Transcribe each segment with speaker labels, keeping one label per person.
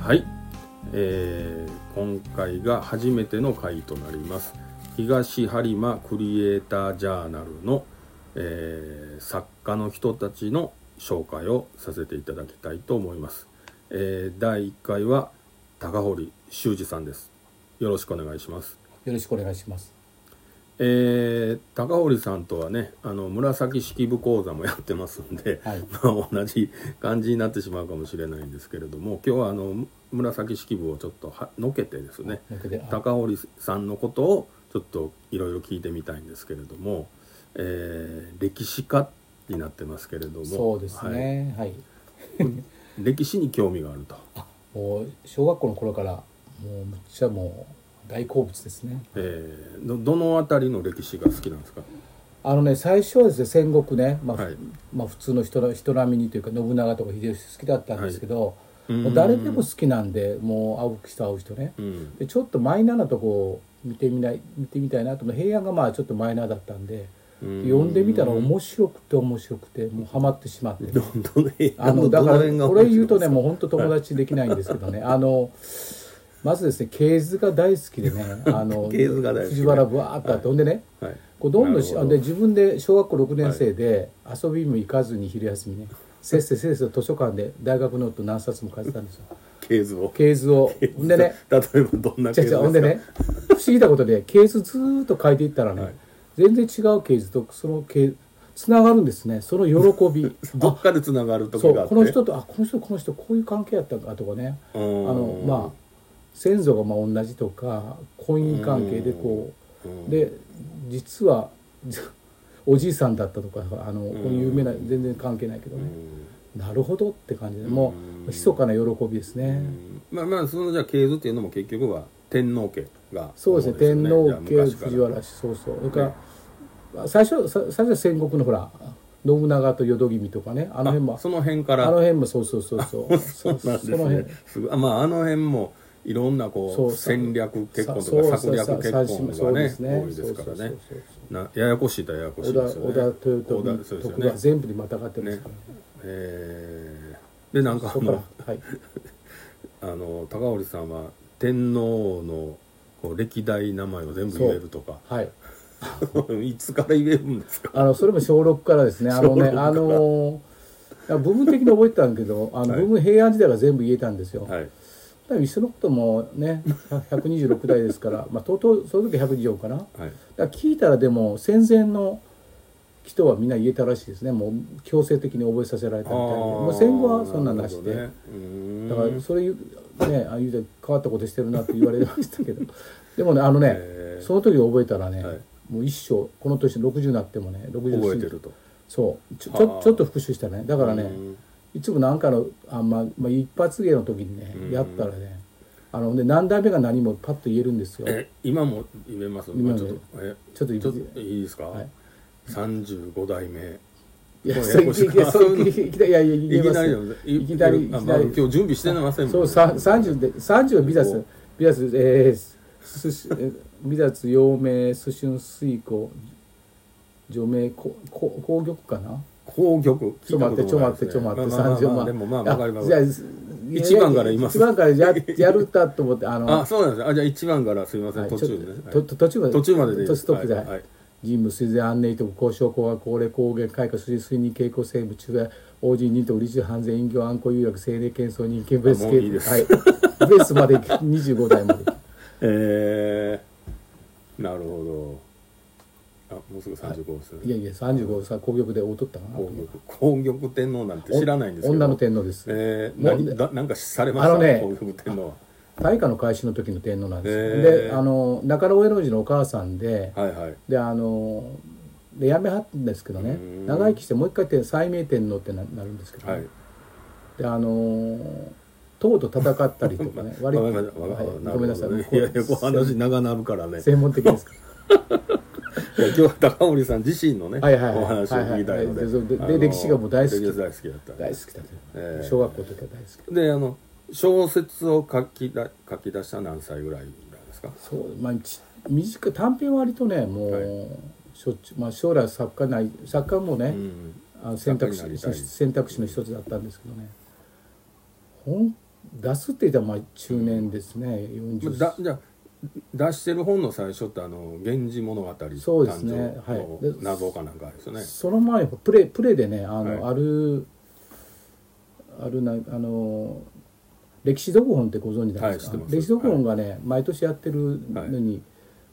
Speaker 1: はい、えー今回が初めての回となります東播磨クリエイタージャーナルの、えー作家の人たちの紹介をさせていただきたいと思います、えー第1回は高堀修二さんですよろしくお願いします
Speaker 2: よろしくお願いします。
Speaker 1: えー高堀さんとはねあの紫式部講座もやってますんで、
Speaker 2: はい
Speaker 1: まあ、同じ感じになってしまうかもしれないんですけれども今日はあのむ紫式部をちょっとはのけてですね
Speaker 2: ということであ
Speaker 1: 高堀さんのことをちょっといろいろ聞いてみたいんですけれども、えー歴史家になってますけれども
Speaker 2: そうですね。はい。
Speaker 1: はい歴史に興味があると、
Speaker 2: あ、もう小学校の頃からもうむっちゃもう大好物ですね。
Speaker 1: えーどどの辺りの歴史が好きなんですか
Speaker 2: あのね最初はですね戦国ね、まあ、
Speaker 1: はい
Speaker 2: まあ普通の人の人並みにというか信長とか秀吉好きだったんですけど、
Speaker 1: はい
Speaker 2: もう誰でも好きなんでもう会う人会う人ね。
Speaker 1: うん
Speaker 2: でちょっとマイナーなとこを見てみない見てみたいなと思って平安がまあちょっとマイナーだったんで。読んでみたら面白くて面白くてもうハマってしまって
Speaker 1: どどの辺
Speaker 2: あの
Speaker 1: ど
Speaker 2: だ
Speaker 1: の
Speaker 2: から
Speaker 1: 辺が
Speaker 2: こ
Speaker 1: 面白い
Speaker 2: れ言うと
Speaker 1: で
Speaker 2: ね
Speaker 1: すか
Speaker 2: もう本当友達できないんですけ どねあのまずですね系図が大好き でねあの
Speaker 1: 系図が大好き
Speaker 2: 藤原ぶわーっとあって、ほんでね
Speaker 1: はい
Speaker 2: こうどんどんし
Speaker 1: なるほど
Speaker 2: で自分で小学校6年生で遊びも行かずに昼休みね、せっせせっせと図書館で大学ノート何冊も書いて たんですよ
Speaker 1: 系図を
Speaker 2: 系図をほんでね
Speaker 1: 例えばどんな
Speaker 2: じ
Speaker 1: 系図です
Speaker 2: ゃじゃ
Speaker 1: か
Speaker 2: ほんでね不思議なことで系図ずーっと書いていったらね、
Speaker 1: はい
Speaker 2: 全然違う系図とその系つながるんですねその喜び
Speaker 1: どっかでつながる時
Speaker 2: そ
Speaker 1: があ
Speaker 2: う
Speaker 1: って
Speaker 2: この人とあこの人この人こういう関係やったんだとかね
Speaker 1: あ
Speaker 2: あのまあ先祖がまあ同じとか婚姻関係でこ
Speaker 1: うん
Speaker 2: うで実は じおじいさんだったとかあのこういう有名な全然関係ないけどねなるほどって感じでもう密かな喜びですね
Speaker 1: まあまあそのじゃあ系図っていうのも結局は天皇家が
Speaker 2: そうですね天皇
Speaker 1: じゃ
Speaker 2: 家
Speaker 1: あ昔から
Speaker 2: 藤原氏そうそうそれからまあ最初さ最初は戦国のほら信長と淀君とかねあの辺も
Speaker 1: その辺か
Speaker 2: あ
Speaker 1: ら
Speaker 2: の辺もそうそうそうそうそう
Speaker 1: なんですねすごいあまああの辺もいろんなこ
Speaker 2: そううそう
Speaker 1: 戦略結婚
Speaker 2: そう
Speaker 1: とか
Speaker 2: そ
Speaker 1: 策
Speaker 2: う
Speaker 1: 略結
Speaker 2: ささ
Speaker 1: 婚
Speaker 2: そう
Speaker 1: がね
Speaker 2: ですね
Speaker 1: 多いですから
Speaker 2: そうそう
Speaker 1: ね
Speaker 2: そうそう
Speaker 1: なややこしいとややこしい
Speaker 2: 織
Speaker 1: で
Speaker 2: 田
Speaker 1: すよね
Speaker 2: 織田
Speaker 1: 織
Speaker 2: 豊
Speaker 1: 田そう
Speaker 2: 臣
Speaker 1: ですよ
Speaker 2: 徳
Speaker 1: ね
Speaker 2: 川全部にまたがってるんですから、
Speaker 1: えーでなんか
Speaker 2: そこ
Speaker 1: あ
Speaker 2: か
Speaker 1: の
Speaker 2: らはい
Speaker 1: あの高堀さんは天皇のこう歴代名前を全部言えるとか
Speaker 2: はい
Speaker 1: いつから言えるんですか
Speaker 2: あのそれも小6からですねあのね
Speaker 1: 小六から
Speaker 2: あのー部分的に覚えてたんだけどあの、
Speaker 1: はい
Speaker 2: 部分平安時代は全部言えたんですよ、
Speaker 1: はい
Speaker 2: でも一緒のこともね126代ですから、まあ、とうとうその時124かなだか
Speaker 1: はい
Speaker 2: ら聞いたらでも戦前の人はみんな言えたらしいですねもう強制的に覚えさせられたみたいでもう戦後はそんなんなしで。だからそれ言うねあ言うて変わったことしてるなって言われましたけど でもねあの
Speaker 1: へ
Speaker 2: ね
Speaker 1: ー
Speaker 2: その時覚えたらね、
Speaker 1: はい
Speaker 2: もう一生この年60になってもね60
Speaker 1: 覚え
Speaker 2: 過ぎ
Speaker 1: てると
Speaker 2: そうちょち
Speaker 1: あ
Speaker 2: ょ
Speaker 1: ー
Speaker 2: ちょっと復習したらねだからね
Speaker 1: うん
Speaker 2: いつもなんかのあ、まあまあ、一発芸の時にね
Speaker 1: うん
Speaker 2: やったらねあのね何代目が何もパッと言えるんですよ
Speaker 1: え今も言えます
Speaker 2: 今
Speaker 1: まあち
Speaker 2: も
Speaker 1: ょっとえ
Speaker 2: ちょっと
Speaker 1: ちょっといいですか
Speaker 2: はい
Speaker 1: 三十五代目
Speaker 2: いや
Speaker 1: もう
Speaker 2: そう
Speaker 1: ややこ
Speaker 2: い
Speaker 1: しい
Speaker 2: きなりそういきいきなりいやいや
Speaker 1: い
Speaker 2: い
Speaker 1: き
Speaker 2: けま
Speaker 1: な
Speaker 2: す
Speaker 1: り
Speaker 2: よ
Speaker 1: の
Speaker 2: いきなりいき
Speaker 1: あ
Speaker 2: なり
Speaker 1: まあ今日準備してません
Speaker 2: そうさ三十で三十はビザスビザスえー、すしえービザス陽明すしゅん水庫除名ここ紅玉かな。
Speaker 1: 紅玉
Speaker 2: ちょ待ってちょ待ってちょ待って三十
Speaker 1: まあまあまあまあ
Speaker 2: 万。
Speaker 1: でもまあわかります
Speaker 2: あじゃあ
Speaker 1: 一番から言います
Speaker 2: 一番からややるったと思ってあの
Speaker 1: あそうなんですねあじゃあ一番からすみませ
Speaker 2: は
Speaker 1: ん
Speaker 2: い
Speaker 1: 途
Speaker 2: ちょ
Speaker 1: 中でね
Speaker 2: っと
Speaker 1: はい
Speaker 2: と途中まで
Speaker 1: 途中まででいい
Speaker 2: と
Speaker 1: です
Speaker 2: ストップで、
Speaker 1: はいはい
Speaker 2: 人務水前安寧と交渉公和高齢高原開花水水に傾向生物中大王子人と利中犯罪隠居暗行有楽青年喧騒人間ブレス
Speaker 1: あもうい
Speaker 2: 系
Speaker 1: いです
Speaker 2: はいベースまで25代まで
Speaker 1: えーなるほどあもうすぐ三十五です
Speaker 2: い
Speaker 1: ね
Speaker 2: やいや35さ紅玉で劣ったかな
Speaker 1: 紅玉紅玉天皇なんて知らないんですけど
Speaker 2: 女の天皇です
Speaker 1: えー、
Speaker 2: もう
Speaker 1: 何だなんかされまし
Speaker 2: あ
Speaker 1: た
Speaker 2: のね
Speaker 1: 皇族天皇
Speaker 2: 大化の改新の時の天皇なんですよ、
Speaker 1: へえ
Speaker 2: であの中野上野氏のお母さんで、
Speaker 1: ははいはい
Speaker 2: であので辞めはったんですけどね
Speaker 1: うん
Speaker 2: 長生きしてもう一回って斉明天皇ってななるんですけどね、
Speaker 1: はい
Speaker 2: であの唐と戦ったりとか ね割と
Speaker 1: わかりましたわかりました
Speaker 2: ごめんなさい
Speaker 1: るほどねいやいやお話長なるからねいや
Speaker 2: 専門的ですか
Speaker 1: 今日は高森さん自身のねお
Speaker 2: はいはいはい
Speaker 1: 話を聞きたいの
Speaker 2: はいはい
Speaker 1: で
Speaker 2: で
Speaker 1: あ
Speaker 2: で
Speaker 1: の
Speaker 2: 歴史がもう大好き
Speaker 1: 歴史大好きだった
Speaker 2: ら大好きだと、
Speaker 1: ええ
Speaker 2: 小学校の時は大好き
Speaker 1: であの小説を書きだ書き出した何歳ぐらいなんですか
Speaker 2: そうまあち短い短編は割とねもう、
Speaker 1: はい
Speaker 2: しょっちゅうまあ、将来は作家ない作家もね、
Speaker 1: うん
Speaker 2: あの選択肢
Speaker 1: 作家になりたい
Speaker 2: 選択肢の一つだったんですけどね本出すって言ったらまあ中年ですね、
Speaker 1: まあ
Speaker 2: 40
Speaker 1: だじゃあ出してる本の最初ってあの「源氏物語」
Speaker 2: そうですね
Speaker 1: 誕生の
Speaker 2: はいで
Speaker 1: 謎かなんかですよね
Speaker 2: その前にプレプレでねあの、
Speaker 1: はい
Speaker 2: あるあるなあの歴史読本ってご存知なんですか、
Speaker 1: はい知ってます
Speaker 2: 歴史読本がね、毎年やってるのに、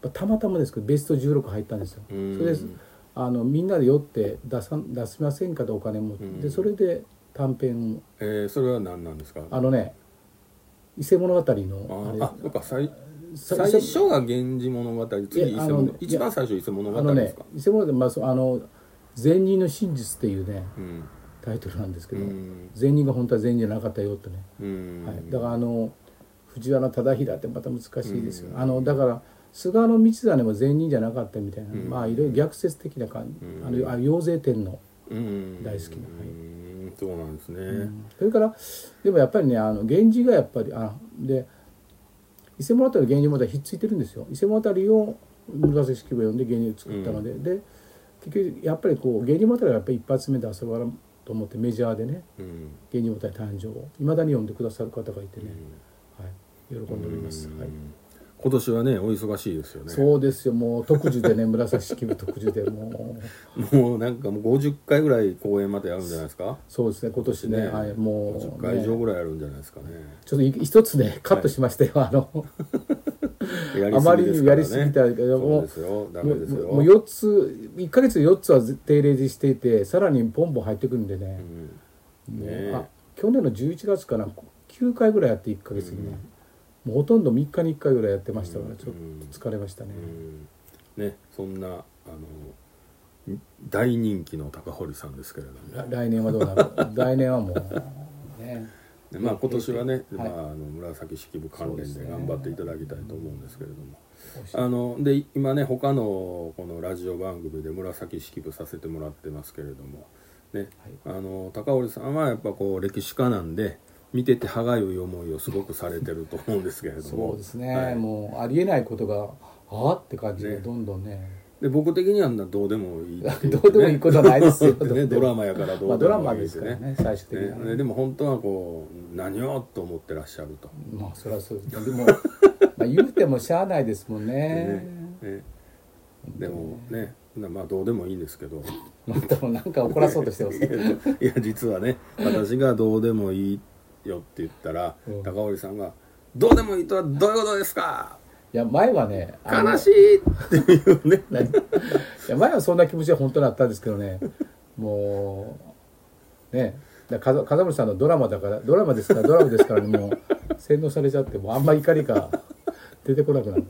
Speaker 2: まあたまたまですけどベスト16入ったんですよ。
Speaker 1: う
Speaker 2: そ
Speaker 1: ん
Speaker 2: れですあのみんなで酔って出さん出しませんかとお金も、
Speaker 1: うん
Speaker 2: でそれで短編
Speaker 1: えーそれは何なんですか
Speaker 2: あのね伊勢物語
Speaker 1: あー
Speaker 2: のれ
Speaker 1: あやっぱ最
Speaker 2: さ
Speaker 1: 最
Speaker 2: 伊勢
Speaker 1: 初が「源氏物語」次伊
Speaker 2: い
Speaker 1: 勢
Speaker 2: やあの
Speaker 1: 物
Speaker 2: いや
Speaker 1: 一番最初伊勢物語
Speaker 2: あの
Speaker 1: です
Speaker 2: ね
Speaker 1: か、
Speaker 2: 伊勢物語、まあ、そうあの善人の真実っていうね
Speaker 1: うん
Speaker 2: タイトルなんですけ
Speaker 1: う
Speaker 2: ど、
Speaker 1: ん
Speaker 2: 善人が本当は善人じゃなかったよってね、
Speaker 1: うん
Speaker 2: はい、だからあの藤原忠衡ってまた難しいですよ、
Speaker 1: うん
Speaker 2: あのだから菅野道真も善人じゃなかったみたいな、
Speaker 1: うん
Speaker 2: まあいろいろ逆説的な感じ、
Speaker 1: うん
Speaker 2: あのあの妖精天の、
Speaker 1: うん
Speaker 2: 大好きなはい
Speaker 1: うんそうなんですね、
Speaker 2: うんそれからでもやっぱりねあの源氏がやっぱりあで伊勢物語と源氏物語はひっついてるんですよ伊勢物語を紫式部が読んで源氏を作ったので、で結局やっぱりこう源氏物語がやっぱり一発目で遊ばらんと思ってメジャーでね
Speaker 1: うん
Speaker 2: 「源氏物語誕生」をいまだに読んでくださる方がいてね、
Speaker 1: うん
Speaker 2: はい、喜んでおります、はい、
Speaker 1: 今年はねお忙しいですよね
Speaker 2: そうですよもう特需でね紫式部特需でもう
Speaker 1: もうなんかもう50回ぐらい公演までやるんじゃないですか
Speaker 2: そうですね今年ねはい、も
Speaker 1: 50
Speaker 2: う、
Speaker 1: 回以上
Speaker 2: ね
Speaker 1: ぐらいやるんじゃないですかね
Speaker 2: ちょっとい一つねカットしましたよ、あの
Speaker 1: や
Speaker 2: あまりにやりすぎた
Speaker 1: ら
Speaker 2: け
Speaker 1: そ
Speaker 2: ど
Speaker 1: う
Speaker 2: も
Speaker 1: ですよダ
Speaker 2: も
Speaker 1: メ
Speaker 2: う
Speaker 1: ですよ
Speaker 2: もう4つ1か月で4つは定例でしていてさらにポンポン入ってくるんで
Speaker 1: う
Speaker 2: ね,
Speaker 1: ん
Speaker 2: もう、
Speaker 1: ねえ
Speaker 2: あ去年の11月かな9回ぐらいやって1か月にね、もうほとんど3日に1回ぐらいやってましたからちょっと疲れましたね、
Speaker 1: うんねそんなあの大人気の高堀さんですけれども
Speaker 2: ら来年はどうな る来年はもうね
Speaker 1: でまあ今年はね、
Speaker 2: はい
Speaker 1: まあ、あの紫式部関連で頑張っていただきたいと思うんですけれども、
Speaker 2: おし
Speaker 1: あので今ね他のこのラジオ番組で紫式部させてもらってますけれども、ねあの高堀さんはやっぱこう歴史家なんで見てて歯がゆい思いをすごくされてると思うんですけれども
Speaker 2: そうですね、
Speaker 1: はい
Speaker 2: もうありえないことがあって感じで
Speaker 1: ね
Speaker 2: どんどんね
Speaker 1: で僕的にはどうでもいいってい
Speaker 2: どうでもいいことはないですよ
Speaker 1: ねドラマやからどうでもいい
Speaker 2: まあ、ドラマですからね最終的には
Speaker 1: ね
Speaker 2: ね
Speaker 1: ねでも本当はこう何をと思ってらっしゃると、
Speaker 2: まあそりゃそうですでも まあ言うてもしゃあないですもんね
Speaker 1: ねねでもねまあどうでもいいんですけど
Speaker 2: またもうなんか怒らそうとしてますね
Speaker 1: いや実はね私が「どうでもいいよ」って言ったら、
Speaker 2: うん
Speaker 1: 高堀さんが「どうでもいいとはどういうことですか
Speaker 2: いや前はねあの
Speaker 1: 悲しい!」っていうね
Speaker 2: 何いや前はそんな気持ちは本当にあったんですけどねもうねだから風風森さんのドラマだからドラマですからドラマですからね、もう洗脳されちゃってもうあんま怒りが出てこなくなる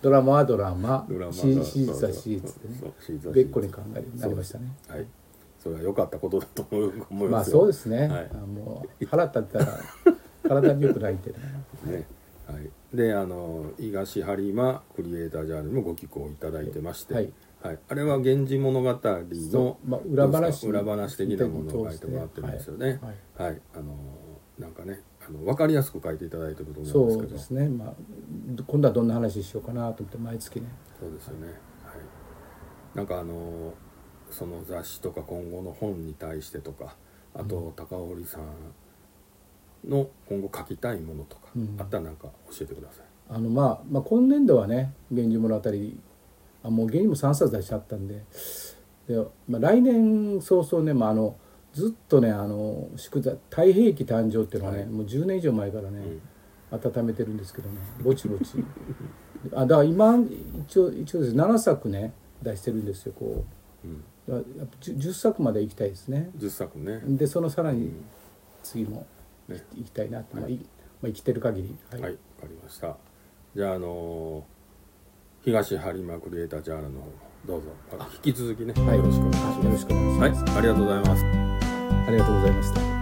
Speaker 2: ドラマはドラマ
Speaker 1: ドラマ
Speaker 2: 真実は真実でね
Speaker 1: そう真実は真実
Speaker 2: べっこに考えるようになりましたね
Speaker 1: はいそれは良かったことだと思う思いま
Speaker 2: まあ
Speaker 1: す
Speaker 2: そう
Speaker 1: よ
Speaker 2: ですね、
Speaker 1: はい
Speaker 2: あもう腹立ったら体によくないってね
Speaker 1: ねはい、であの東播磨クリエイタージャーナルにもご寄稿いただいてまして、
Speaker 2: は
Speaker 1: はいいあれは「源氏物語の」
Speaker 2: そうまあ裏
Speaker 1: ど
Speaker 2: 話
Speaker 1: うですか裏話的なものを書いてもらってるんですよね
Speaker 2: はい
Speaker 1: はい、あのなんかねあの分かりやすく書いていただいてると思うん
Speaker 2: そう
Speaker 1: ですけ
Speaker 2: で
Speaker 1: ど
Speaker 2: すね、まあ、今度はどんな話しようかなと思って毎月ね
Speaker 1: そうですよね、はい、なんかあのその雑誌とか今後の本に対してとかあと高堀さんの今後書きたいものとか、
Speaker 2: うん
Speaker 1: あったらなんか教えてください
Speaker 2: あの、まあ、まあ今年度はね「源氏物語」あもう源氏も3冊出しちゃったんでで、まあ、来年早々ね、まあ、あのずっとねあの宿題「太平記誕生」っていうのはね、
Speaker 1: はい
Speaker 2: もう10年以上前からね、
Speaker 1: うん
Speaker 2: 温めてるんですけどねぼちぼちあだから今一応一応ですね7作ね出してるんですよこ
Speaker 1: うん、
Speaker 2: うだからやっぱ 10, 10作まで行きたいですね
Speaker 1: 10作ね、
Speaker 2: でそのさら
Speaker 1: う
Speaker 2: に
Speaker 1: ん
Speaker 2: 次もい
Speaker 1: ね
Speaker 2: 行きたいなって、まあ
Speaker 1: はい
Speaker 2: いまあ、生きてる限り
Speaker 1: はい、わかりました。じゃあ、あのー東播磨クリエイタージャーナルの方もどうぞ、あ引き続きね、
Speaker 2: はい
Speaker 1: よろしくお願いします。
Speaker 2: よろしくお願いします
Speaker 1: はい、ありがとうございます。
Speaker 2: ありがとうございました